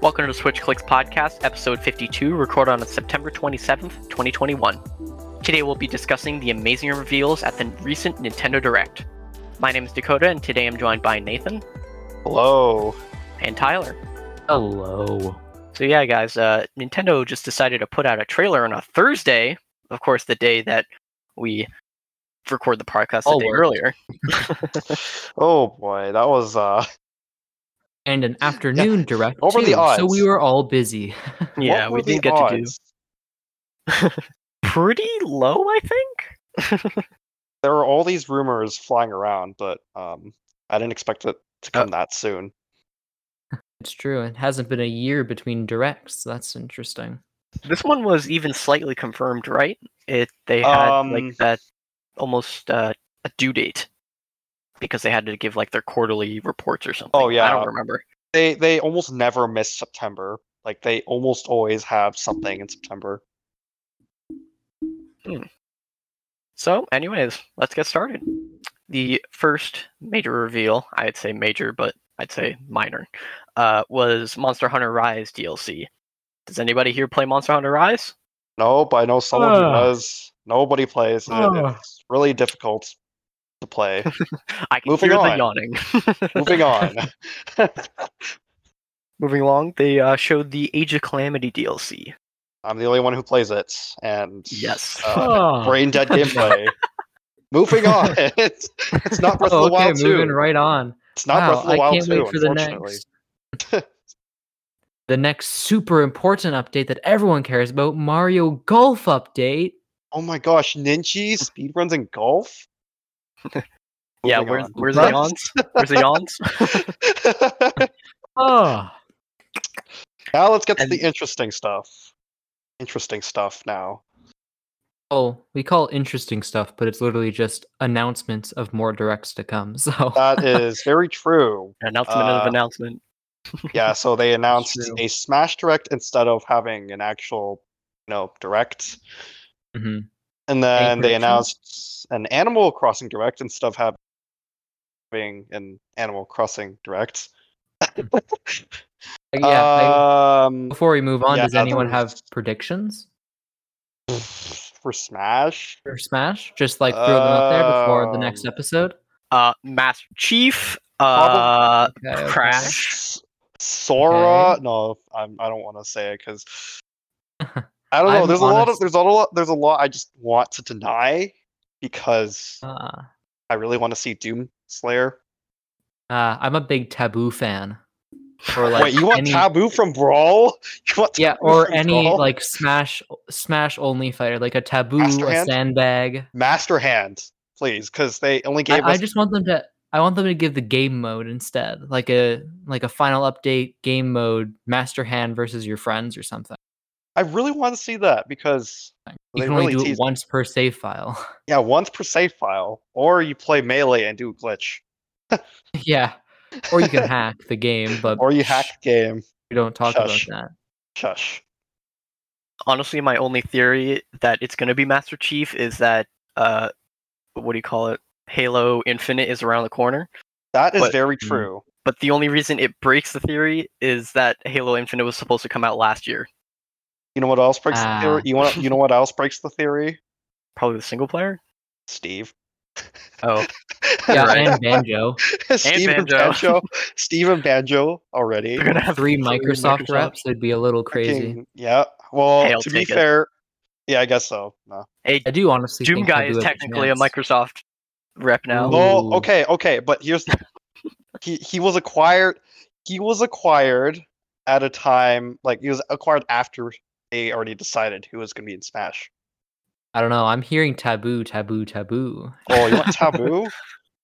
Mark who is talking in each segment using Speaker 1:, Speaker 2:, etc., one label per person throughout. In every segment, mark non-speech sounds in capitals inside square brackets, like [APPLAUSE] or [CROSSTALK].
Speaker 1: Welcome to Switch Clicks Podcast, episode 52, recorded on September 27th, 2021. Today we'll be discussing the amazing reveals at the recent Nintendo Direct. My name is Dakota, and today I'm joined by Nathan
Speaker 2: Hello.
Speaker 1: and Tyler.
Speaker 3: Hello.
Speaker 1: So yeah, guys, uh, Nintendo just decided to put out a trailer on a Thursday, of course, the day that we record the podcast a
Speaker 3: All
Speaker 1: day
Speaker 3: work.
Speaker 1: earlier.
Speaker 2: [LAUGHS] Oh boy, that was uh
Speaker 3: And an afternoon direct.
Speaker 2: Over the
Speaker 3: too, So
Speaker 2: odds.
Speaker 3: we were all busy. [LAUGHS]
Speaker 1: Yeah,
Speaker 2: what
Speaker 1: we
Speaker 2: were the
Speaker 1: didn't get to do
Speaker 2: odds?
Speaker 1: pretty low, I think.
Speaker 2: There were all these rumors flying around, but um I didn't expect it
Speaker 1: Uh
Speaker 2: to come that soon.
Speaker 3: It's true. It hasn't been a year between directs. That's interesting.
Speaker 1: This one was even slightly confirmed, right? It they had
Speaker 2: Um,
Speaker 1: like that almost uh, a due date because they had to give like their quarterly reports or something. I
Speaker 2: Oh, yeah.
Speaker 1: don't remember.
Speaker 2: They they almost never miss September. Like they almost always have something in September.
Speaker 1: So, anyways, let's get started. The first major reveal, I'd say major, but I'd say minor, uh, was Monster Hunter Rise DLC. Does anybody here play Monster Hunter Rise?
Speaker 2: Nope, I know someone who
Speaker 3: Ugh.
Speaker 2: does. Nobody plays it.
Speaker 3: Ugh.
Speaker 2: It's really difficult
Speaker 1: [LAUGHS]
Speaker 2: to play.
Speaker 1: I can
Speaker 2: Moving
Speaker 1: hear the
Speaker 2: on.
Speaker 1: yawning.
Speaker 2: Moving on. [LAUGHS]
Speaker 1: Moving along, they uh, showed the Age of Calamity DLC.
Speaker 2: I'm the only one who plays it, and
Speaker 1: Yes.
Speaker 2: uh, brain
Speaker 3: [LAUGHS]
Speaker 2: dead gameplay. Moving on. [LAUGHS] it's not Breath
Speaker 3: Oh,
Speaker 2: of the
Speaker 3: okay,
Speaker 2: Wild 2.
Speaker 3: moving right on.
Speaker 2: It's not Breath of the
Speaker 3: wow,
Speaker 2: Wild
Speaker 3: I can't
Speaker 2: 2,
Speaker 3: wait for the
Speaker 2: unfortunately. [LAUGHS]
Speaker 3: next. the next super important update that everyone cares about: Mario Golf update.
Speaker 2: Oh my gosh, Ninchi speedruns in golf?
Speaker 1: [LAUGHS] yeah,
Speaker 2: Moving
Speaker 1: where's,
Speaker 2: on.
Speaker 1: where's the
Speaker 2: [LAUGHS]
Speaker 1: yawns? Where's the yawns?
Speaker 3: [LAUGHS] Oh,
Speaker 2: now let's get to
Speaker 1: And-
Speaker 2: the interesting stuff. Interesting stuff now.
Speaker 3: oh, we call it interesting stuff, but it's literally just announcements of more directs to come. [LAUGHS] So
Speaker 2: That
Speaker 3: [LAUGHS]
Speaker 2: is very true.
Speaker 1: announcement
Speaker 2: Uh,
Speaker 1: of announcement.
Speaker 2: Yeah, so they announced
Speaker 3: true.
Speaker 2: a Smash Direct instead of having an actual, you know, Direct.
Speaker 3: Mhm.
Speaker 2: And then they
Speaker 3: predictions?
Speaker 2: announced an Animal Crossing Direct instead of hav- having an Animal Crossing Direct.
Speaker 3: [LAUGHS] yeah. I-
Speaker 2: um,
Speaker 3: before we move on,
Speaker 2: yeah,
Speaker 3: does anyone
Speaker 2: other-
Speaker 3: have predictions?
Speaker 2: for Smash.
Speaker 3: or Smash? Just like throw them out there before the next
Speaker 2: Um,
Speaker 3: episode.
Speaker 1: Uh, Master Chief. Uh,
Speaker 3: Okay, okay.
Speaker 1: Crash.
Speaker 2: S- Sora. No, I'm, I don't want to say it
Speaker 3: [LAUGHS]
Speaker 2: because I don't know.
Speaker 3: I'm
Speaker 2: there's a lot of
Speaker 3: honest-
Speaker 2: there's a lot there's a lot I just want to deny because
Speaker 3: Ah.
Speaker 2: I really want to see Doom Slayer.
Speaker 3: Uh, I'm a big Taboo fan. Or like
Speaker 2: Wait, you want
Speaker 3: any,
Speaker 2: Taboo from Brawl? [LAUGHS] You want
Speaker 3: Yeah,
Speaker 2: Taboo
Speaker 3: or
Speaker 2: from
Speaker 3: any
Speaker 2: Brawl?
Speaker 3: like Smash Smash only fighter, like a Taboo,
Speaker 2: Master
Speaker 3: a
Speaker 2: Hand?
Speaker 3: Sandbag.
Speaker 2: Master Hand, please, because they only
Speaker 3: I,
Speaker 2: gave
Speaker 3: I
Speaker 2: us.
Speaker 3: just want them to. I want them to give the game mode instead, like a like a final update game mode, Master Hand versus your friends or something.
Speaker 2: I really want to see that because
Speaker 3: You
Speaker 2: They
Speaker 3: can only
Speaker 2: really
Speaker 3: do it
Speaker 2: teased-
Speaker 3: once per save file. [LAUGHS]
Speaker 2: yeah, once per save file, or you play melee and do a glitch,
Speaker 3: yeah, or you can hack the game, but
Speaker 2: or you hack the game.
Speaker 3: We don't talk
Speaker 2: Shush.
Speaker 3: about that.
Speaker 2: Shush.
Speaker 1: honestly, my only theory that it's gonna be Master Chief is that uh, what do you call it? Halo Infinite is around the corner.
Speaker 2: That is
Speaker 1: But-
Speaker 2: very
Speaker 3: Mm.
Speaker 2: true.
Speaker 1: But the only reason it breaks the theory is that Halo Infinite was supposed to come out last year.
Speaker 2: You know what else breaks the
Speaker 3: Ah.
Speaker 2: theory? You want you know what else breaks the theory?
Speaker 1: Probably the single player.
Speaker 2: Steve.
Speaker 1: [LAUGHS] Oh,
Speaker 3: [LAUGHS]
Speaker 2: [LAUGHS]
Speaker 3: Yeah,
Speaker 1: Right.
Speaker 3: and Banjo.
Speaker 2: Steve and
Speaker 1: Banjo.
Speaker 2: Banjo. [LAUGHS] Steve and Banjo already.
Speaker 1: they're gonna have
Speaker 3: Three Microsoft
Speaker 1: Microsoft.
Speaker 3: reps would be a little crazy.
Speaker 2: Fucking- Yeah. Well,
Speaker 1: Hey, I'll
Speaker 2: to be
Speaker 1: take it.
Speaker 2: fair, yeah, I guess so. No.
Speaker 1: Hey,
Speaker 3: I do honestly
Speaker 1: Doom
Speaker 3: think
Speaker 1: guy
Speaker 3: Taboo
Speaker 1: is
Speaker 3: has
Speaker 1: technically a
Speaker 3: chance.
Speaker 1: Microsoft rep now.
Speaker 3: Ooh.
Speaker 2: Well, Oh, okay, okay, but here's
Speaker 3: [LAUGHS]
Speaker 2: he he was acquired he was acquired at a time like he was acquired after they already decided who was going to be in Smash.
Speaker 3: I don't know. I'm hearing Taboo, Taboo, Taboo.
Speaker 2: Oh, you want
Speaker 3: [LAUGHS]
Speaker 2: Taboo?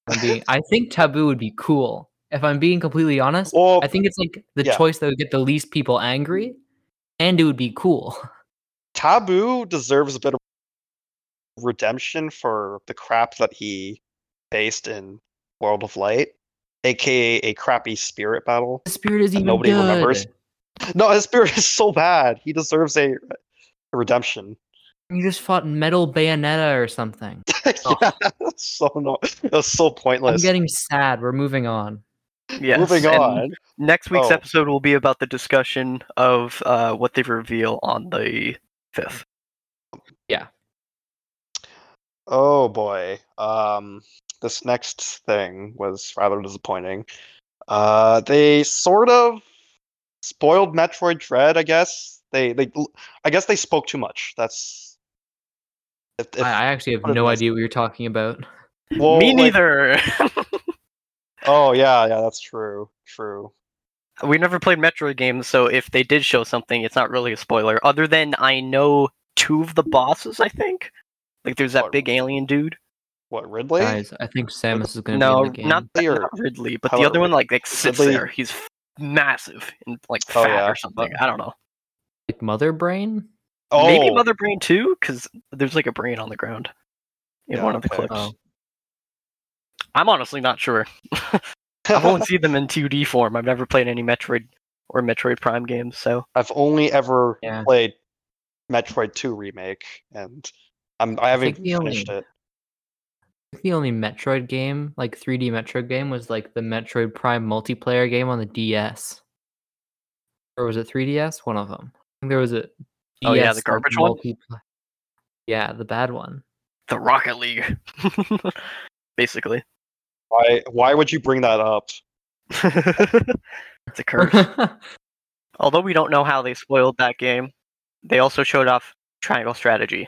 Speaker 3: I'm being- I think Taboo would be cool. If I'm being completely honest,
Speaker 2: Well,
Speaker 3: I think it's like the
Speaker 2: yeah.
Speaker 3: choice that would get the least people angry, and it would be cool.
Speaker 2: Taboo deserves a bit of redemption for the crap that he faced in World of Light, aka a crappy spirit battle.
Speaker 3: The spirit is even
Speaker 2: Nobody
Speaker 3: good.
Speaker 2: remembers. No, his spirit [LAUGHS] is so bad. He deserves a, a redemption. [LAUGHS]
Speaker 3: You just fought Metal Bayonetta or something.
Speaker 2: yeah, [LAUGHS] so no, it was so
Speaker 3: Oh. I'm
Speaker 2: pointless.
Speaker 3: getting sad. We're moving on.
Speaker 1: Yes.
Speaker 2: Moving
Speaker 1: and
Speaker 2: on.
Speaker 1: Next week's
Speaker 2: Oh.
Speaker 1: episode will be about the discussion of uh, what they reveal on the fifth.
Speaker 2: Oh boy. Um, this next thing was rather disappointing. Uh, they sort of spoiled Metroid Dread, I guess. They they I guess they spoke too much. That's if, if,
Speaker 3: I, I actually have
Speaker 2: one of
Speaker 3: no
Speaker 2: these-
Speaker 3: idea what you're talking about.
Speaker 2: well,
Speaker 1: Me
Speaker 2: like-
Speaker 1: neither. [LAUGHS]
Speaker 2: oh yeah, yeah, that's true. True.
Speaker 1: we never played Metroid games, so if they did show something, it's not really a spoiler. Other than I know two of the bosses, I think. Like there's that
Speaker 2: What-
Speaker 1: big alien dude.
Speaker 2: What, Ridley?
Speaker 3: Guys, I think Samus is going to
Speaker 1: No,
Speaker 3: be in the game.
Speaker 1: not, th-
Speaker 2: Clear.
Speaker 1: not Ridley, but
Speaker 2: How
Speaker 1: the
Speaker 2: about
Speaker 1: other one like, like sits
Speaker 2: Ridley-
Speaker 1: there. He's f- massive and like
Speaker 2: Oh,
Speaker 1: fat
Speaker 2: yeah.
Speaker 1: or something. I don't know.
Speaker 3: like Mother Brain.
Speaker 2: oh,
Speaker 1: Maybe
Speaker 2: [LAUGHS]
Speaker 1: Mother Brain too, because there's like a brain on the ground in
Speaker 2: Yeah,
Speaker 1: one of the
Speaker 2: okay.
Speaker 1: clips.
Speaker 3: Oh,
Speaker 1: I'm honestly not sure. I've
Speaker 2: [LAUGHS]
Speaker 1: only seen them in 2D form. I've never played any Metroid or Metroid Prime games, so
Speaker 2: I've only ever
Speaker 3: Yeah.
Speaker 2: played Metroid 2 remake and I'm I haven't
Speaker 3: think the
Speaker 2: even
Speaker 3: only-
Speaker 2: finished it.
Speaker 3: I think the only Metroid game, like 3D Metroid game, was like the Metroid Prime multiplayer game on the DS. Or was it 3DS? One of them. I think there was a.
Speaker 1: Oh, yeah, the
Speaker 3: DS, like,
Speaker 1: garbage one?
Speaker 3: multipla- Yeah, the bad one.
Speaker 1: the Rocket League, [LAUGHS] basically. [LAUGHS]
Speaker 2: Why why would you bring that up?
Speaker 1: it's a
Speaker 3: [LAUGHS]
Speaker 1: curse. Although we don't know how they spoiled that game, they also showed off triangle strategy.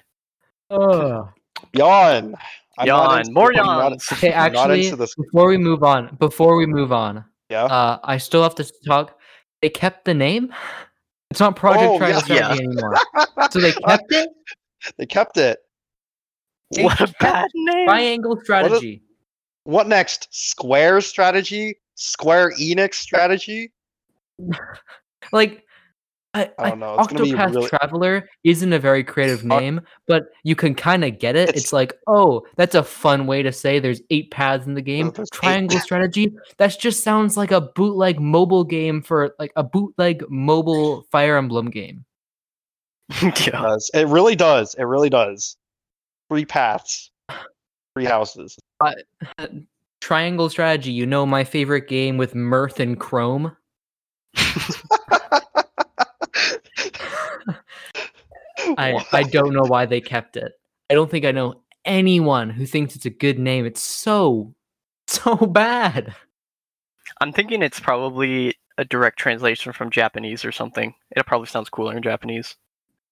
Speaker 3: Ugh.
Speaker 2: Yawn. not
Speaker 1: Yawn.
Speaker 2: into-
Speaker 1: More
Speaker 2: I'm not-
Speaker 1: yawns.
Speaker 3: okay,
Speaker 2: I'm not
Speaker 3: actually,
Speaker 2: into this.
Speaker 3: before we move on, before we move on,
Speaker 2: Yeah.
Speaker 3: uh, I still have to talk. They kept the name. It's not Project
Speaker 2: Oh,
Speaker 3: Triangle
Speaker 1: yeah.
Speaker 3: Strategy anymore. So [LAUGHS] they kept it.
Speaker 2: they kept it.
Speaker 1: [LAUGHS]
Speaker 3: They
Speaker 1: what a
Speaker 3: kept
Speaker 1: bad name. [LAUGHS]
Speaker 3: Triangle Strategy.
Speaker 2: What next? Square strategy? Square Enix strategy?
Speaker 3: Like, I,
Speaker 2: I
Speaker 3: I
Speaker 2: don't know. It's gonna be
Speaker 3: Octopath
Speaker 2: really
Speaker 3: Traveler isn't a very creative
Speaker 2: Oc-
Speaker 3: name, but you can kind of get it. It's,
Speaker 2: It's-
Speaker 3: like, oh, that's a fun way to say there's eight paths in the game.
Speaker 2: there's eight-
Speaker 3: Triangle strategy. That just sounds like a bootleg mobile game for like a bootleg mobile Fire Emblem game.
Speaker 2: it
Speaker 1: Yeah.
Speaker 2: does. It really does. It really does. Three paths. Three houses.
Speaker 3: Triangle strategy. You know my favorite game with Mirth and Chrome. [SIGHS] I, I don't know why they kept it. I don't think I know anyone who thinks it's a good name. It's so [LAUGHS] so bad.
Speaker 1: I'm thinking it's probably a direct translation from Japanese or something. It probably sounds cooler in Japanese.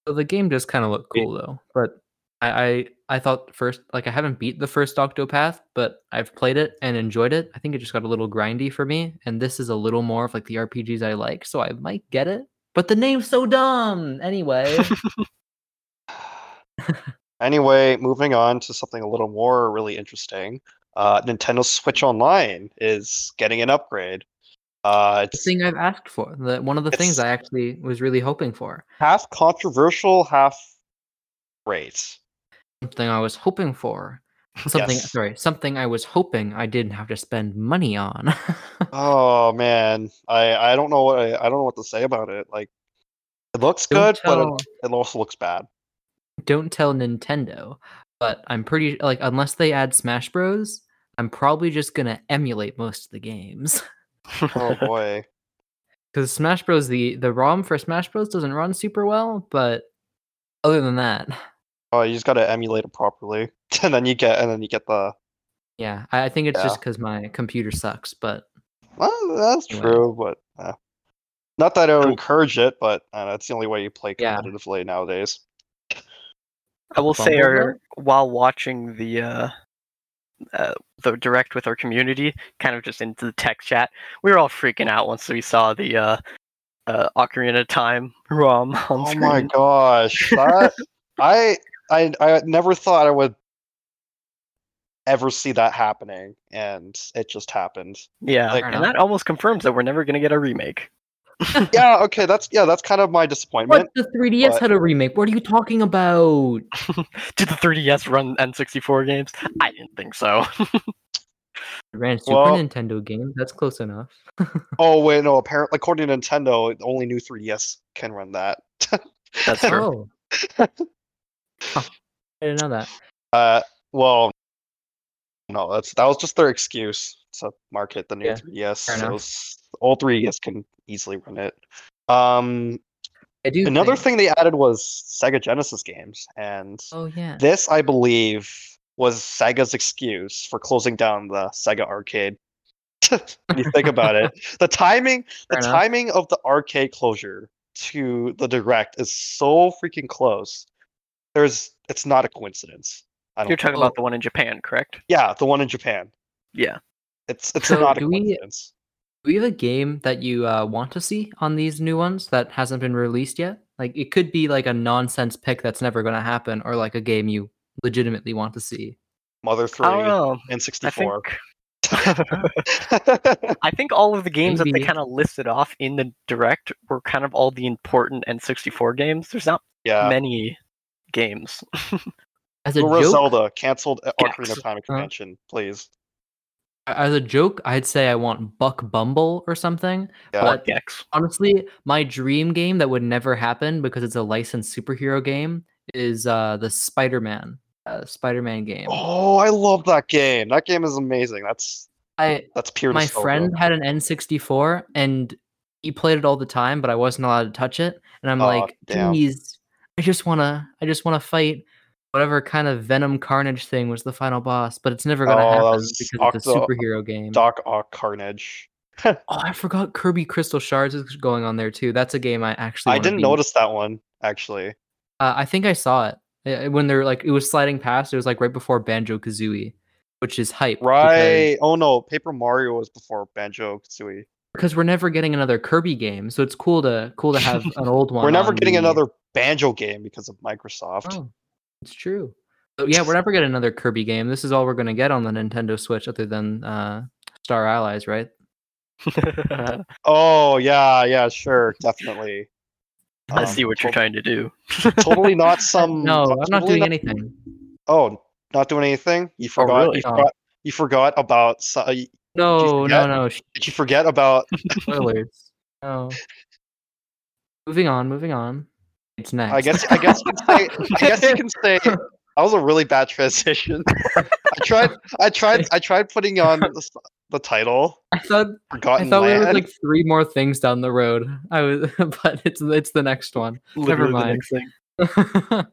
Speaker 3: So the game does kind of look
Speaker 1: Yeah.
Speaker 3: cool though. But I, I I thought first like I haven't beat the first Octopath, but I've played it and enjoyed it. I think it just got a little grindy for me, and this is a little more of like the RPGs I like, so I might get it. But the name's so dumb. Anyway,
Speaker 2: Anyway, moving on to something a little more really interesting. Uh, Nintendo Switch Online is getting an upgrade. Uh,
Speaker 3: the
Speaker 2: it's
Speaker 3: thing I've asked for, the one of the things
Speaker 2: It's-
Speaker 3: I actually was really hoping for,
Speaker 2: half controversial, half great.
Speaker 3: something I was hoping for, something
Speaker 2: Yes.
Speaker 3: sorry, something I was hoping I didn't have to spend money on. [LAUGHS]
Speaker 2: Oh man, I I don't know what I, I don't know what to say about it. Like, it looks
Speaker 3: Don't
Speaker 2: good, but
Speaker 3: tell-
Speaker 2: it, it also looks bad.
Speaker 3: don't tell Nintendo, but I'm pretty like unless they add Smash Bros, I'm probably just gonna emulate most of the games [LAUGHS]
Speaker 2: Oh boy.
Speaker 3: because Smash Bros the the ROM for Smash Bros doesn't run super well, but other than that,
Speaker 2: Oh, you just gotta emulate it properly, [LAUGHS] and then you get and then you get the.
Speaker 3: yeah, I, I think it's
Speaker 2: Yeah.
Speaker 3: just because my computer sucks. But
Speaker 2: Well, that's
Speaker 3: Anyway.
Speaker 2: true, but uh, not that I would
Speaker 1: Oh.
Speaker 2: encourage it, but uh, that's the only way you play
Speaker 3: Yeah.
Speaker 2: competitively nowadays.
Speaker 1: I will say,
Speaker 3: Bumblebee?
Speaker 1: our, while watching the uh, uh, the direct with our community, kind of just into the tech chat, we were all freaking out once we saw the uh, uh, Ocarina of Time [LAUGHS] ROM on
Speaker 2: oh
Speaker 1: screen.
Speaker 2: my gosh,
Speaker 3: [LAUGHS]
Speaker 2: that, I I I never thought I would ever see that happening, and it just
Speaker 3: [LAUGHS]
Speaker 2: happened.
Speaker 1: Yeah,
Speaker 2: Like-
Speaker 1: and that almost confirms that we're never gonna get a remake.
Speaker 2: yeah okay that's yeah that's kind of my disappointment
Speaker 3: what the 3DS
Speaker 2: but-
Speaker 3: had a remake? What are you talking about?
Speaker 1: Did the 3DS run N64 games? I didn't think so. [LAUGHS]
Speaker 3: It ran Super
Speaker 2: Well-
Speaker 3: Nintendo games. That's
Speaker 2: [LAUGHS]
Speaker 3: close enough.
Speaker 2: oh wait no apparently according to nintendo only new 3ds can run that [LAUGHS]
Speaker 1: That's true.
Speaker 3: Oh. Huh. I didn't know that.
Speaker 2: uh well no that's that was just their excuse so market the new
Speaker 3: Yeah,
Speaker 2: 3DS.
Speaker 3: fair enough.
Speaker 2: So s- all 3DS can easily run it. Um,
Speaker 3: I do
Speaker 2: another
Speaker 3: think-
Speaker 2: thing they added was Sega Genesis games, and
Speaker 3: Oh yeah.
Speaker 2: this I believe was Sega's excuse for closing down the Sega arcade. [LAUGHS] when you think about
Speaker 3: [LAUGHS]
Speaker 2: it, the timing
Speaker 3: Fair
Speaker 2: the
Speaker 3: enough.
Speaker 2: timing of the arcade closure to the direct is so freaking close. There's it's not a coincidence. I don't
Speaker 1: You're
Speaker 2: think.
Speaker 1: talking about the one in Japan, correct?
Speaker 2: Yeah, the one in Japan.
Speaker 1: Yeah.
Speaker 2: It's it's
Speaker 3: So
Speaker 2: not a
Speaker 3: do we-
Speaker 2: coincidence.
Speaker 3: Do we have a game that you uh, want to see on these new ones that hasn't been released yet? Like it could be like a nonsense pick that's never going to happen, or like a game you legitimately want to see.
Speaker 2: Mother
Speaker 3: Oh,
Speaker 1: I don't
Speaker 2: three
Speaker 1: know. I
Speaker 2: and sixty
Speaker 1: think
Speaker 2: four.
Speaker 1: I think all of the games that
Speaker 3: Maybe.
Speaker 1: they kind of listed off in the direct were kind of all the important N64 games. There's not
Speaker 2: [LAUGHS] yeah.
Speaker 1: many games. [LAUGHS]
Speaker 3: As a
Speaker 2: Little
Speaker 3: joke, Uh-huh.
Speaker 2: Zelda canceled at Ocarina
Speaker 1: Gax.
Speaker 2: of Time convention, please.
Speaker 3: as a joke, I'd say I want Buck Bumble or something.
Speaker 2: Yeah.
Speaker 3: But
Speaker 1: Gex.
Speaker 3: honestly, my dream game that would never happen because it's a licensed superhero game is uh, the Spider-Man, uh, Spider-Man game.
Speaker 2: Oh, I love that game. That game is amazing. That's
Speaker 3: I
Speaker 2: that's pure.
Speaker 3: my
Speaker 2: nostalgia.
Speaker 3: friend had an N64 and he played it all the time, but I wasn't allowed to touch it. And I'm
Speaker 2: Aw,
Speaker 3: like,
Speaker 2: damn.
Speaker 3: please, I just wanna, I just wanna fight whatever kind of Venom Carnage thing was the final boss, but it's never gonna
Speaker 2: Oh, that
Speaker 3: happen
Speaker 2: was
Speaker 3: because it's a
Speaker 2: Octo-
Speaker 3: superhero game.
Speaker 2: Doc Ock Carnage.
Speaker 3: oh, I forgot Kirby Crystal Shards is going on there too. That's a game I actually.
Speaker 2: I
Speaker 3: wanna
Speaker 2: didn't
Speaker 3: beat.
Speaker 2: notice that one actually.
Speaker 3: Uh, I think I saw it Uh, when they're like it was sliding past. It was like right before Banjo Kazooie, which is hype. because-
Speaker 2: Right. Oh no, Paper Mario was before Banjo Kazooie.
Speaker 3: Because we're never getting another Kirby game, so it's cool to cool to have an old
Speaker 2: [LAUGHS]
Speaker 3: one.
Speaker 2: We're never
Speaker 3: on
Speaker 2: getting
Speaker 3: the-
Speaker 2: another Banjo game because of Microsoft.
Speaker 3: um, Oh, it's true. So yeah, we're never getting another Kirby game. This is all we're gonna get on the Nintendo Switch, other than uh, Star Allies, right?
Speaker 2: Oh yeah, yeah, sure,
Speaker 3: [LAUGHS]
Speaker 2: definitely.
Speaker 1: I
Speaker 2: Um,
Speaker 1: see what you're
Speaker 2: tot-
Speaker 1: trying to do.
Speaker 2: Totally
Speaker 3: [LAUGHS]
Speaker 2: not some.
Speaker 3: no, I'm not
Speaker 2: totally
Speaker 3: doing anything.
Speaker 2: Oh, not doing anything. You forgot.
Speaker 1: really?
Speaker 2: You
Speaker 3: Oh.
Speaker 2: forgot. You forgot about. so- uh, y-
Speaker 3: No, no,
Speaker 2: forget?
Speaker 3: no. sh-
Speaker 2: Did you forget about?
Speaker 3: Spoilers. [LAUGHS] no. Moving on. Moving on. It's next.
Speaker 2: I guess. I guess you can say. I guess you can say. That was a really bad transition. [LAUGHS] I tried. I tried. I tried putting on the, s- the title.
Speaker 3: [LAUGHS] I thought
Speaker 2: Forgotten
Speaker 3: I thought we were
Speaker 2: Land.
Speaker 3: like three more things down the road. I was, [LAUGHS] but it's it's the next one. [LAUGHS]
Speaker 1: Literally the
Speaker 3: mind.
Speaker 1: next thing.
Speaker 2: guess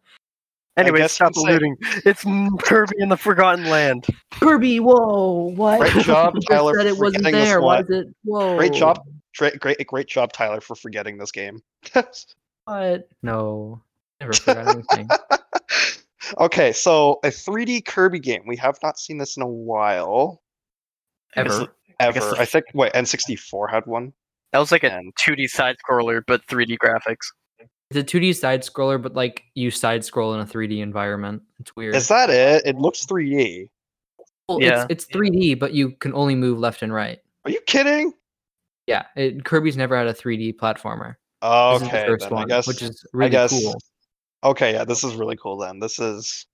Speaker 1: Anyway, stop
Speaker 2: you could say-
Speaker 1: alluding. It's Kirby in the Forgotten Land.
Speaker 3: Kirby, whoa, what?
Speaker 2: Great job,
Speaker 3: [LAUGHS] You just
Speaker 2: Tyler,
Speaker 3: Said
Speaker 2: for
Speaker 3: it wasn't
Speaker 2: forgetting this
Speaker 3: there.
Speaker 2: one.
Speaker 3: Was it? Whoa.
Speaker 2: Great job, great, great, great job, Tyler, for forgetting this game. [LAUGHS]
Speaker 3: What? No, never forgot
Speaker 2: [LAUGHS]
Speaker 3: anything.
Speaker 2: okay, so a 3D Kirby game. We have not seen this in a while.
Speaker 1: It's-
Speaker 3: Ever.
Speaker 1: guess
Speaker 2: Ever.
Speaker 1: the-
Speaker 2: I think wait, N64 had one.
Speaker 1: That was like a
Speaker 2: And
Speaker 1: 2D side scroller, but 3D graphics.
Speaker 3: It's a 2D side scroller, but like you side scroll in a 3D environment. It's weird.
Speaker 2: is that it? It looks 3D.
Speaker 3: Well,
Speaker 1: Yeah.
Speaker 3: it's, it's 3D, but you can only move left and right.
Speaker 2: Are you kidding?
Speaker 3: Yeah, it, Kirby's never had a 3D platformer. This is the
Speaker 2: Okay,
Speaker 3: first
Speaker 2: then
Speaker 3: one,
Speaker 2: I guess.
Speaker 3: which is really
Speaker 2: I guess.
Speaker 3: cool.
Speaker 2: Okay, yeah, this is really cool. Then this is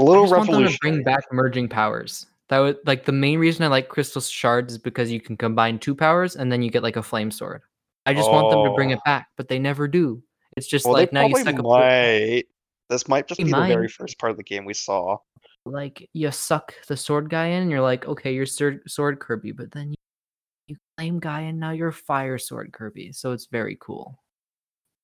Speaker 2: a
Speaker 3: I
Speaker 2: little
Speaker 3: just want them to
Speaker 2: revolution.
Speaker 3: bring back merging powers. That would like the main reason I like crystal shards is because you can combine two powers and then you get like a flame sword. I just want them to bring
Speaker 2: Oh.
Speaker 3: it back, but they never do. It's just
Speaker 2: well,
Speaker 3: like
Speaker 2: they
Speaker 3: now you
Speaker 2: probably
Speaker 3: suck a po-
Speaker 2: might. This might just
Speaker 3: They
Speaker 2: be the very
Speaker 3: might.
Speaker 2: first part of the game we saw.
Speaker 3: [LAUGHS] like you suck the sword guy in, and you're like, okay, you're sword, sword Kirby, but then you, you flame guy, and now you're fire sword Kirby. So it's very cool.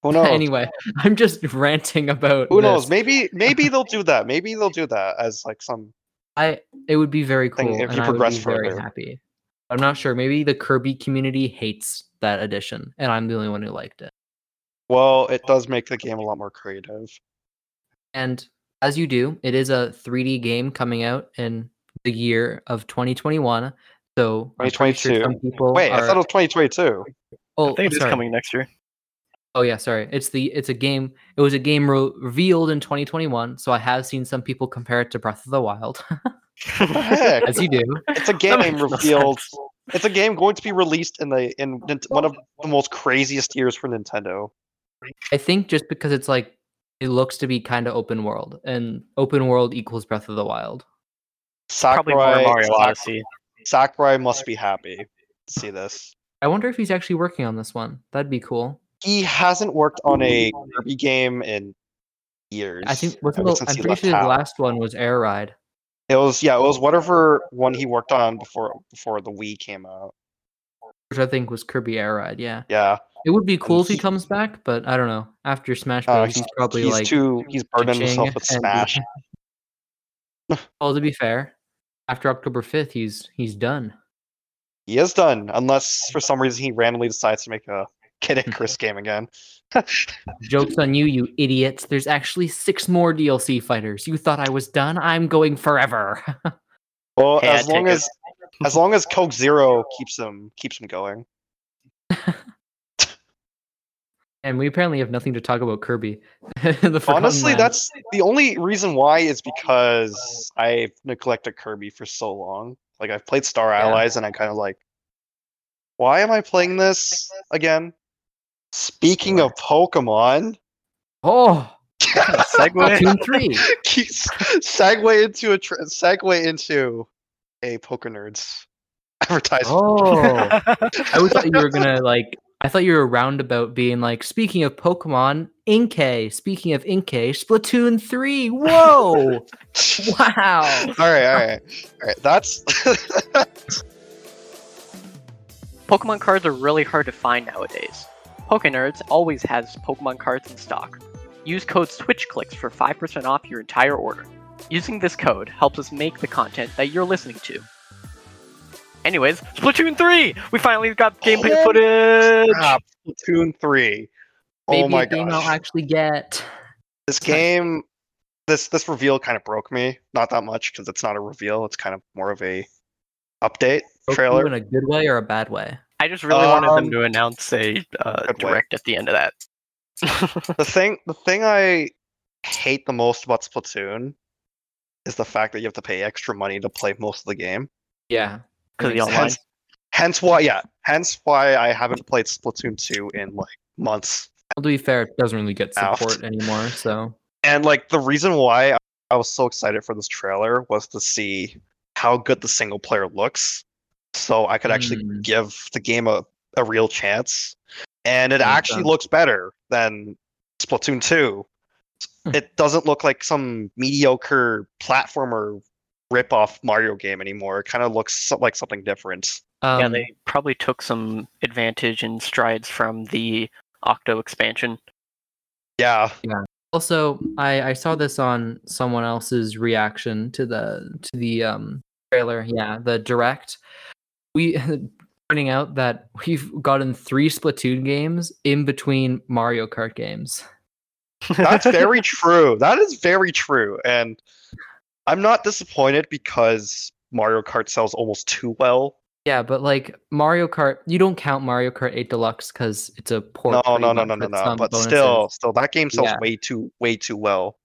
Speaker 2: Who knows?
Speaker 3: [LAUGHS] anyway, I'm just [LAUGHS] ranting about.
Speaker 2: Who knows?
Speaker 3: this.
Speaker 2: Maybe
Speaker 3: [LAUGHS]
Speaker 2: maybe they'll do that. Maybe they'll do that as like some
Speaker 3: I it would be very cool
Speaker 2: Thing if
Speaker 3: and
Speaker 2: you
Speaker 3: I would be
Speaker 2: progress
Speaker 3: very
Speaker 2: further.
Speaker 3: happy. I'm not sure. Maybe the Kirby community hates that edition, and I'm the only one who liked it.
Speaker 2: well, it does make the game a lot more creative.
Speaker 3: And as you do, it is a 3D game coming out in the year of 2021. So I'm pretty sure
Speaker 2: 2022.
Speaker 3: some people
Speaker 2: Wait, I
Speaker 3: are-
Speaker 2: thought it was twenty twenty two.
Speaker 3: oh,
Speaker 1: I think it's
Speaker 3: sorry.
Speaker 1: coming next year.
Speaker 3: Oh yeah, sorry. It's the it's a game. It was a game re- revealed in 2021. So I have seen some people compare it to Breath of the Wild, [LAUGHS]
Speaker 2: the heck?
Speaker 3: as you do.
Speaker 2: [LAUGHS] It's
Speaker 1: [LAUGHS]
Speaker 2: a
Speaker 3: [LAUGHS]
Speaker 1: That
Speaker 2: game
Speaker 1: makes no
Speaker 2: revealed.
Speaker 1: sense.
Speaker 2: It's a game going to be released in the in Nin- one of the most craziest years for Nintendo.
Speaker 3: I think just because it's like it looks to be kind of open world, and open world equals Breath of the Wild.
Speaker 1: Probably
Speaker 2: Sakurai,
Speaker 1: more Mario
Speaker 2: Sak-
Speaker 1: Odyssey.
Speaker 2: Sakurai must be happy to see this.
Speaker 3: I wonder if he's actually working on this one. That'd be cool.
Speaker 2: He hasn't worked on a Kirby game in years.
Speaker 3: I think wasn't
Speaker 2: ever
Speaker 3: the,
Speaker 2: since
Speaker 3: I'm
Speaker 2: he
Speaker 3: pretty
Speaker 2: left
Speaker 3: sure the
Speaker 2: Hal.
Speaker 3: last one was Air Ride.
Speaker 2: It was yeah, it was whatever one he worked on before before the Wii came out.
Speaker 3: which I think was Kirby Air Ride. Yeah,
Speaker 2: Yeah,
Speaker 3: it would be cool if he
Speaker 2: he-
Speaker 3: comes back, but I don't know. After Smash
Speaker 2: Uh,
Speaker 3: Bros, he's, probably
Speaker 2: he's
Speaker 3: like
Speaker 2: too he's burdened
Speaker 3: pitching
Speaker 2: himself with
Speaker 3: and- [LAUGHS]
Speaker 2: Smash.
Speaker 3: Well, to be fair, after October fifth, he's he's done.
Speaker 2: He is done, unless for some reason he randomly decides to make a
Speaker 3: [LAUGHS]
Speaker 2: Kid Icarus game again. [LAUGHS]
Speaker 3: Jokes on you, you idiots! There's actually six more DLC fighters. You thought I was done? I'm going forever. [LAUGHS]
Speaker 2: Well,
Speaker 1: Hey,
Speaker 2: as
Speaker 1: I'd
Speaker 2: long
Speaker 1: take it.
Speaker 2: as as long as Coke Zero keeps him keeps him going.
Speaker 3: and we apparently have nothing to talk about Kirby. [LAUGHS] The Forgotten
Speaker 2: Honestly,
Speaker 3: Land.
Speaker 2: that's the only reason why is because I've neglected Kirby for so long. Like I've played Star
Speaker 3: Yeah.
Speaker 2: Allies, and I'm kind of like, why am I playing this again? Speaking of
Speaker 3: [LAUGHS]
Speaker 2: Pokemon, [LAUGHS]
Speaker 3: oh
Speaker 1: Segue.
Speaker 3: Splatoon three.
Speaker 2: keeps- segue into a tr- segue into a Poker Nerds [LAUGHS] advertisement.
Speaker 3: Oh.
Speaker 1: [LAUGHS]
Speaker 3: I always thought you
Speaker 2: [LAUGHS]
Speaker 3: were gonna like. I thought you were roundabout being like, speaking of Pokemon, Inkay. Speaking of Inkay, Splatoon three.
Speaker 2: [LAUGHS]
Speaker 3: Whoa! wow!
Speaker 2: all right, all right, all right.
Speaker 3: [LAUGHS]
Speaker 2: That's
Speaker 1: Pokemon cards are really hard to find nowadays. PokeNerds always has Pokemon cards in stock. Use code SWITCHCLICKS for 5% off your entire order. Using this code helps us make the content that you're listening to. Anyways, Splatoon 3! We finally got gameplay
Speaker 2: Holy
Speaker 1: footage!
Speaker 2: [LAUGHS] crap, Splatoon three. oh
Speaker 3: Maybe
Speaker 2: my
Speaker 3: a game I'll
Speaker 2: gosh.
Speaker 3: actually get.
Speaker 2: this game this this reveal kind of broke me not that much because it's not a reveal it's kind of more of a update
Speaker 3: Broke you
Speaker 2: trailer
Speaker 3: in a good way or a bad way.
Speaker 1: I just really wanted them
Speaker 2: Um,
Speaker 1: to announce a uh,
Speaker 2: good way.
Speaker 1: direct at the end of [LAUGHS] that.
Speaker 2: the thing the thing i hate the most about splatoon is the fact that you have to pay extra money to play most of the game
Speaker 3: Yeah,
Speaker 1: Because the
Speaker 3: Makes
Speaker 1: online.
Speaker 2: sense. hence why yeah hence why i haven't played splatoon 2 in like months
Speaker 3: Well, to be fair, it doesn't really get
Speaker 2: Ow.
Speaker 3: support anymore. So
Speaker 2: and like the reason why I- i was so excited for this trailer was to see how good the single player looks so i could actually
Speaker 3: Mm.
Speaker 2: give the game a, a real chance and it
Speaker 3: Makes
Speaker 2: actually
Speaker 3: sense.
Speaker 2: looks better than splatoon 2
Speaker 3: Hmm.
Speaker 2: it doesn't look like some mediocre platformer rip-off mario game anymore it kind of looks so- like something different
Speaker 3: um,
Speaker 1: yeah, they probably took some advantage and strides from the Octo expansion.
Speaker 2: yeah
Speaker 3: also I, I saw this on someone else's reaction to the to the um trailer yeah the direct we [LAUGHS] pointing out that we've gotten three splatoon games in between mario kart games
Speaker 2: That's
Speaker 3: [LAUGHS]
Speaker 1: [LAUGHS]
Speaker 2: very true. That is very true. And I'm not disappointed because Mario Kart sells almost too well.
Speaker 3: yeah but like mario kart you don't count mario kart 8 deluxe because it's a port
Speaker 2: No, no,
Speaker 3: pretty
Speaker 2: no, no,
Speaker 3: much
Speaker 2: no, no,
Speaker 3: with some
Speaker 2: But
Speaker 3: bonuses.
Speaker 2: still, still that game sells
Speaker 3: Yeah.
Speaker 2: way too way too well.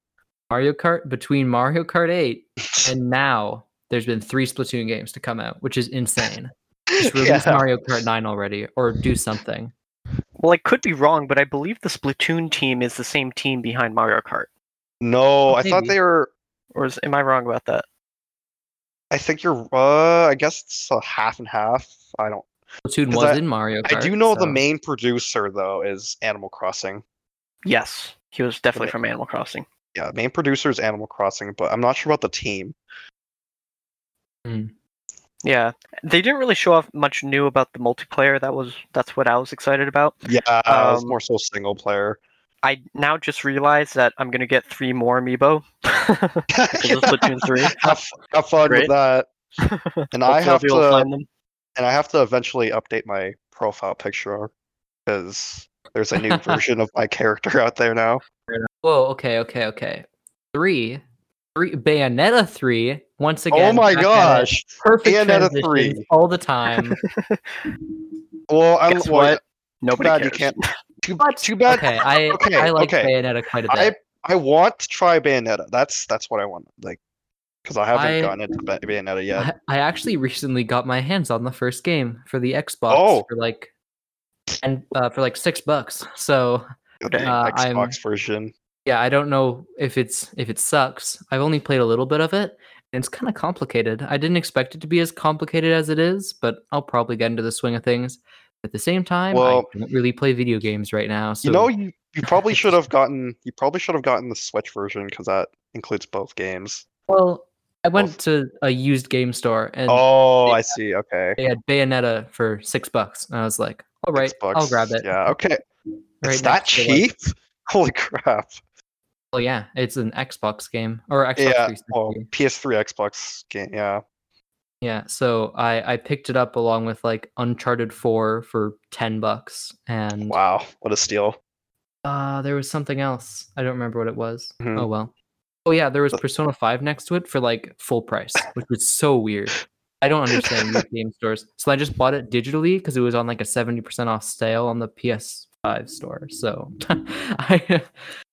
Speaker 3: mario kart between mario kart
Speaker 2: [LAUGHS]
Speaker 3: 8 and now there's been three splatoon games to come out which is insane
Speaker 2: [LAUGHS]
Speaker 3: just release
Speaker 2: Yeah.
Speaker 3: mario kart 9 already or do something
Speaker 1: Well, I could be wrong, but I believe the Splatoon team is the same team behind Mario Kart.
Speaker 2: No, I thought
Speaker 3: Maybe.
Speaker 2: they were
Speaker 1: Or is, am I wrong about that?
Speaker 2: I think you're uh I guess it's a half and half. I don't
Speaker 3: Splatoon
Speaker 2: 'Cause
Speaker 3: was
Speaker 2: I-
Speaker 3: in Mario Kart.
Speaker 2: I do know the
Speaker 3: so-
Speaker 2: main producer though is Animal Crossing.
Speaker 1: Yes, he was definitely
Speaker 2: Okay.
Speaker 1: from Animal Crossing.
Speaker 2: Yeah, main producer is Animal Crossing, but I'm not sure about the team.
Speaker 1: Yeah, they didn't really show off much new about the multiplayer. That was that's what I was excited about.
Speaker 2: Yeah, uh, it's
Speaker 1: Um,
Speaker 2: more so single player.
Speaker 1: I now just realized that I'm gonna get three more amiibo. [LAUGHS] for
Speaker 2: [LAUGHS]
Speaker 1: the Splatoon three.
Speaker 2: have, f- have fun
Speaker 1: Great. [LAUGHS]
Speaker 2: with that. And I
Speaker 1: Hopefully I'll
Speaker 2: have
Speaker 1: be able
Speaker 2: to
Speaker 1: find them.
Speaker 2: and I have to eventually update my profile picture because there's
Speaker 1: [LAUGHS]
Speaker 2: a new version of my character out there now.
Speaker 3: Whoa, okay, okay, okay. Three. Three Bayonetta three. Once again.
Speaker 2: oh my
Speaker 3: back at it.
Speaker 2: gosh!
Speaker 3: Perfect
Speaker 2: Bayonetta
Speaker 3: transitions
Speaker 2: 3.
Speaker 3: all
Speaker 2: [LAUGHS]
Speaker 3: the time.
Speaker 2: Well, I'm
Speaker 1: Guess
Speaker 2: well,
Speaker 1: what?
Speaker 2: yeah, too
Speaker 1: Nobody
Speaker 2: bad
Speaker 1: cares.
Speaker 2: you can't. Too,
Speaker 3: What?
Speaker 2: too
Speaker 1: [LAUGHS]
Speaker 2: bad.
Speaker 3: Okay, I
Speaker 2: Okay,
Speaker 3: I like
Speaker 2: okay.
Speaker 3: Bayonetta quite a bit.
Speaker 2: I I want to try Bayonetta. That's that's what I want. Like, because I haven't
Speaker 3: I-
Speaker 2: gotten into Bay- Bayonetta yet.
Speaker 3: I, I actually recently got my hands on the first game for the Xbox
Speaker 2: Oh.
Speaker 3: for like and uh, for like six bucks. So
Speaker 2: Got the
Speaker 3: Uh,
Speaker 2: Xbox
Speaker 3: I'm-
Speaker 2: version.
Speaker 3: yeah, I don't know if it's if it sucks. I've only played a little bit of it, and it's kind of complicated. I didn't expect it to be as complicated as it is, but I'll probably get into the swing of things. At the same time,
Speaker 2: Well-
Speaker 3: I don't really play video games right now, so
Speaker 2: you know, you, you probably
Speaker 3: [LAUGHS]
Speaker 2: should have gotten you probably should have gotten the Switch version because that includes both games.
Speaker 3: well, I went to a used game store and
Speaker 2: Oh,
Speaker 3: they-
Speaker 2: I see. Okay.
Speaker 3: they had Bayonetta for six bucks, and I was like, "All right,
Speaker 2: Six
Speaker 3: I'll
Speaker 2: bucks.
Speaker 3: grab it."
Speaker 2: Yeah. Okay.
Speaker 3: [LAUGHS] Right
Speaker 2: it's that
Speaker 3: next to, like-
Speaker 2: cheap? [LAUGHS] Holy crap.
Speaker 3: Well, yeah, it's an Xbox game or Xbox
Speaker 2: Yeah,
Speaker 3: 360.
Speaker 2: Well, PS3, Xbox game. Yeah.
Speaker 3: Yeah, so I I picked it up along with like Uncharted 4 for 10 bucks and
Speaker 2: Wow. What a steal.
Speaker 3: uh there was something else. I don't remember what it was.
Speaker 2: Mhm.
Speaker 3: Oh well. Oh yeah, there was Persona 5 next to it for like full price, which was so weird. I don't understand these game stores. So I just bought it digitally because it was on like a 70% off sale on the PS5 store. So [LAUGHS] I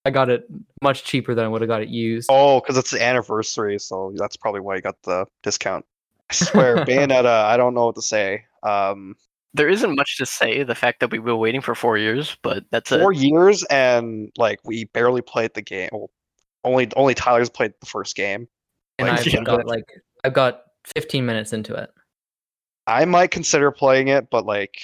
Speaker 3: I got it much cheaper than I would have got it used.
Speaker 2: Oh, because it's the anniversary, so that's probably why you got the discount. I swear,
Speaker 3: [LAUGHS]
Speaker 2: Bayonetta. I don't know what to say. Um,
Speaker 1: There isn't much to say. The fact that we were waiting for four years, but that's it.
Speaker 2: four years, and like we barely played the game. Well, only only Tyler's played the first game.
Speaker 3: and
Speaker 2: Like,
Speaker 3: I've
Speaker 2: yeah.
Speaker 3: got like I've got 15 minutes into it.
Speaker 2: I might consider playing it, but like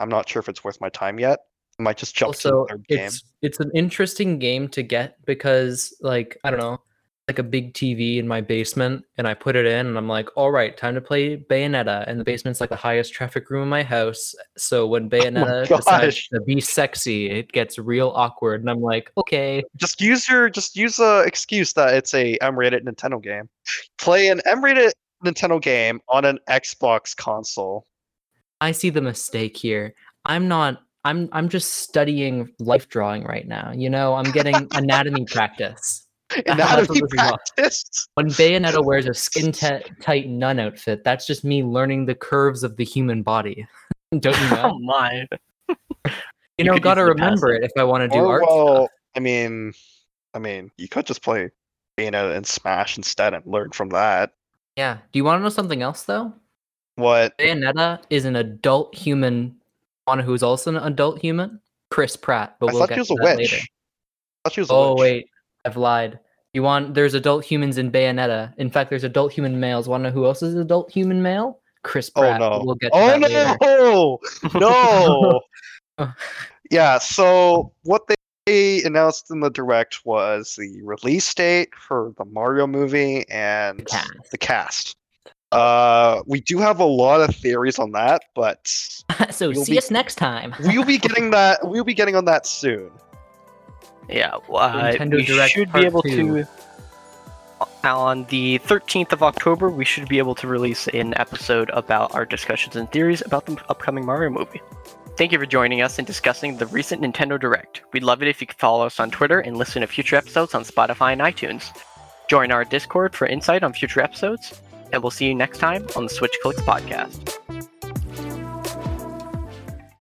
Speaker 2: I'm not sure if it's worth my time yet. I might just jump
Speaker 3: also
Speaker 2: to the third game.
Speaker 3: it's it's an interesting game to get because like i don't know like a big tv in my basement and i put it in and i'm like all right time to play bayonetta and the basement's like the highest traffic room in my house so when
Speaker 2: [LAUGHS]
Speaker 3: bayonetta decides
Speaker 2: Oh gosh.
Speaker 3: to be sexy it gets real awkward and i'm like okay
Speaker 2: Just use your just use a excuse that it's a M-rated Nintendo game. Play an M-rated Nintendo game on an Xbox
Speaker 3: [LAUGHS]
Speaker 2: console.
Speaker 3: i see the mistake here i'm not i'm i'm just studying life drawing right now you know i'm getting
Speaker 2: [LAUGHS]
Speaker 3: anatomy practice what
Speaker 2: Anatomy
Speaker 3: this is all-
Speaker 2: practice.
Speaker 1: [LAUGHS]
Speaker 3: when Bayonetta wears a skin t- tight nun outfit, that's just me learning the curves of the human body. [LAUGHS] Don't you
Speaker 1: [LAUGHS] oh
Speaker 3: know?
Speaker 1: my!
Speaker 3: You
Speaker 1: you
Speaker 3: know,
Speaker 1: could
Speaker 3: gotta
Speaker 1: easily pass
Speaker 3: remember it if I want to do art.
Speaker 2: Oh, well,
Speaker 3: stuff.
Speaker 2: I mean, I mean, you could just play Bayonetta and Smash instead and learn from that.
Speaker 3: Yeah. Do you want to know something else though?
Speaker 2: What?
Speaker 3: Bayonetta is an adult human, one who's also an adult human. Chris Pratt, but
Speaker 2: I
Speaker 3: we'll
Speaker 2: thought
Speaker 3: get
Speaker 2: she was
Speaker 3: to
Speaker 2: a
Speaker 3: that
Speaker 2: witch.
Speaker 3: later.
Speaker 2: I thought she was a
Speaker 3: Oh
Speaker 2: witch.
Speaker 3: wait, I've lied. You want there's adult humans in Bayonetta. In fact, there's adult human males. Want to know who else is an adult human male? Chris
Speaker 2: Oh
Speaker 3: Pratt. but
Speaker 2: no!
Speaker 3: We'll get to
Speaker 2: oh
Speaker 3: that
Speaker 2: no!
Speaker 3: later.
Speaker 2: No!
Speaker 3: Oh.
Speaker 2: [LAUGHS] yeah. So what they announced in the direct was the release date for the Mario movie and
Speaker 3: Cast.
Speaker 2: [LAUGHS] the cast. Uh, we do have a lot of theories on that, but
Speaker 3: [LAUGHS] so
Speaker 2: You'll
Speaker 3: see
Speaker 2: be-
Speaker 3: us next time.
Speaker 2: we'll be getting that. We'll be getting on that soon.
Speaker 1: Yeah, well, uh,
Speaker 3: Nintendo
Speaker 1: we
Speaker 3: Direct
Speaker 1: should be
Speaker 3: Part
Speaker 1: able
Speaker 3: Two.
Speaker 1: to. On the 13th of October, we should be able to release an episode about our discussions and theories about the upcoming Mario movie. Thank you for joining us and discussing the recent Nintendo Direct. We'd love it if you could follow us on Twitter and listen to future episodes on Spotify and iTunes. Join our Discord for insight on future episodes, and we'll see you next time on the Switch Clicks podcast.